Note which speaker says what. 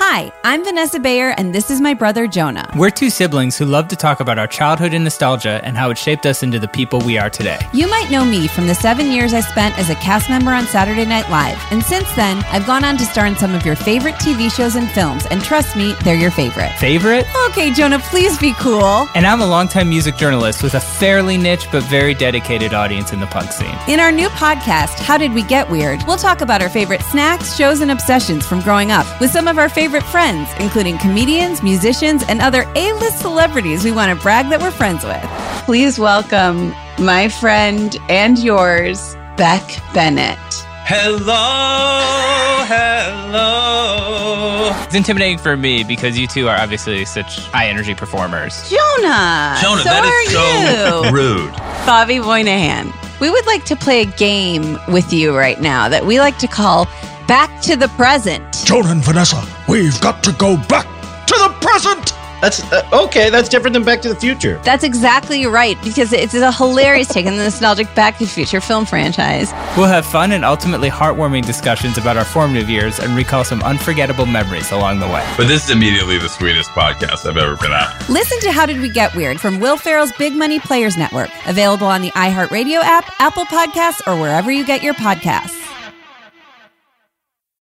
Speaker 1: Hi, I'm Vanessa Bayer, and this is my brother Jonah.
Speaker 2: We're two siblings who love to talk about our childhood and nostalgia and how it shaped us into the people we are today.
Speaker 1: You might know me from the seven years I spent as a cast member on Saturday Night Live, and since then, I've gone on to star in some of your favorite TV shows and films, and trust me, they're your favorite.
Speaker 2: Favorite?
Speaker 1: Okay, Jonah, please be cool.
Speaker 2: And I'm a longtime music journalist with a fairly niche but very dedicated audience in the punk scene.
Speaker 1: In our new podcast, How Did We Get Weird? We'll talk about our favorite snacks, shows, and obsessions from growing up with some of our favorite friends, including comedians, musicians, and other A list celebrities we want to brag that we're friends with. Please welcome my friend and yours, Beck Bennett.
Speaker 2: Hello, hello. It's intimidating for me because you two are obviously such high energy performers.
Speaker 1: Jonah!
Speaker 3: Jonah,
Speaker 1: so
Speaker 3: that is
Speaker 1: are
Speaker 3: so
Speaker 1: you.
Speaker 3: rude.
Speaker 1: Bobby Moynihan. We would like to play a game with you right now that we like to call Back to the Present.
Speaker 4: Jonah and Vanessa, we've got to go back to the present.
Speaker 5: That's uh, okay. That's different than Back to the Future.
Speaker 1: That's exactly right because it's a hilarious take on the nostalgic Back to the Future film franchise.
Speaker 2: We'll have fun and ultimately heartwarming discussions about our formative years and recall some unforgettable memories along the way.
Speaker 3: But this is immediately the sweetest podcast I've ever been on.
Speaker 1: Listen to How Did We Get Weird from Will Ferrell's Big Money Players Network, available on the iHeartRadio app, Apple Podcasts, or wherever you get your podcasts.